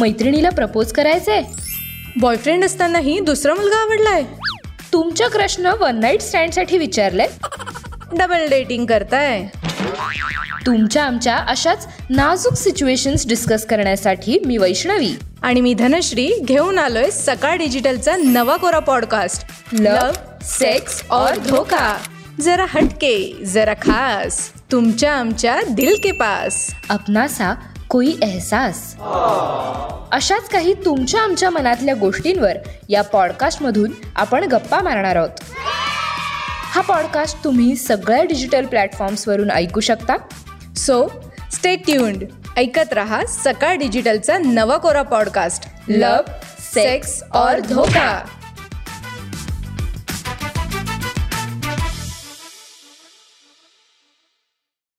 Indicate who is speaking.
Speaker 1: मैत्रिणीला प्रपोज करायचंय
Speaker 2: बॉयफ्रेंड असतानाही दुसरा मुलगा आवडलाय
Speaker 1: तुमच्या क्रशनं वन नाईट स्टँडसाठी विचारलंय
Speaker 2: डबल डेटिंग करताय
Speaker 1: तुमच्या आमच्या अशाच नाजूक सिच्युएशन्स डिस्कस करण्यासाठी मी वैष्णवी
Speaker 2: आणि मी धनश्री घेऊन आलोय सकाळ डिजिटलचा नवा कोरा पॉडकास्ट
Speaker 1: लव, सेक्स और धोखा.
Speaker 2: जरा हटके जरा खास तुमच्या आमच्या दिल के पास
Speaker 1: अपना सा कोई एहसास अशाच काही तुमच्या आमच्या मनातल्या गोष्टींवर या पॉडकास्टमधून आपण गप्पा मारणार आहोत हा पॉडकास्ट तुम्ही सगळ्या डिजिटल प्लॅटफॉर्म्सवरून ऐकू शकता
Speaker 2: सो स्टे ट्यून्ड ऐकत रहा सकाळ डिजिटलचा नवा कोरा पॉडकास्ट
Speaker 1: लव, सेक्स और धोखा.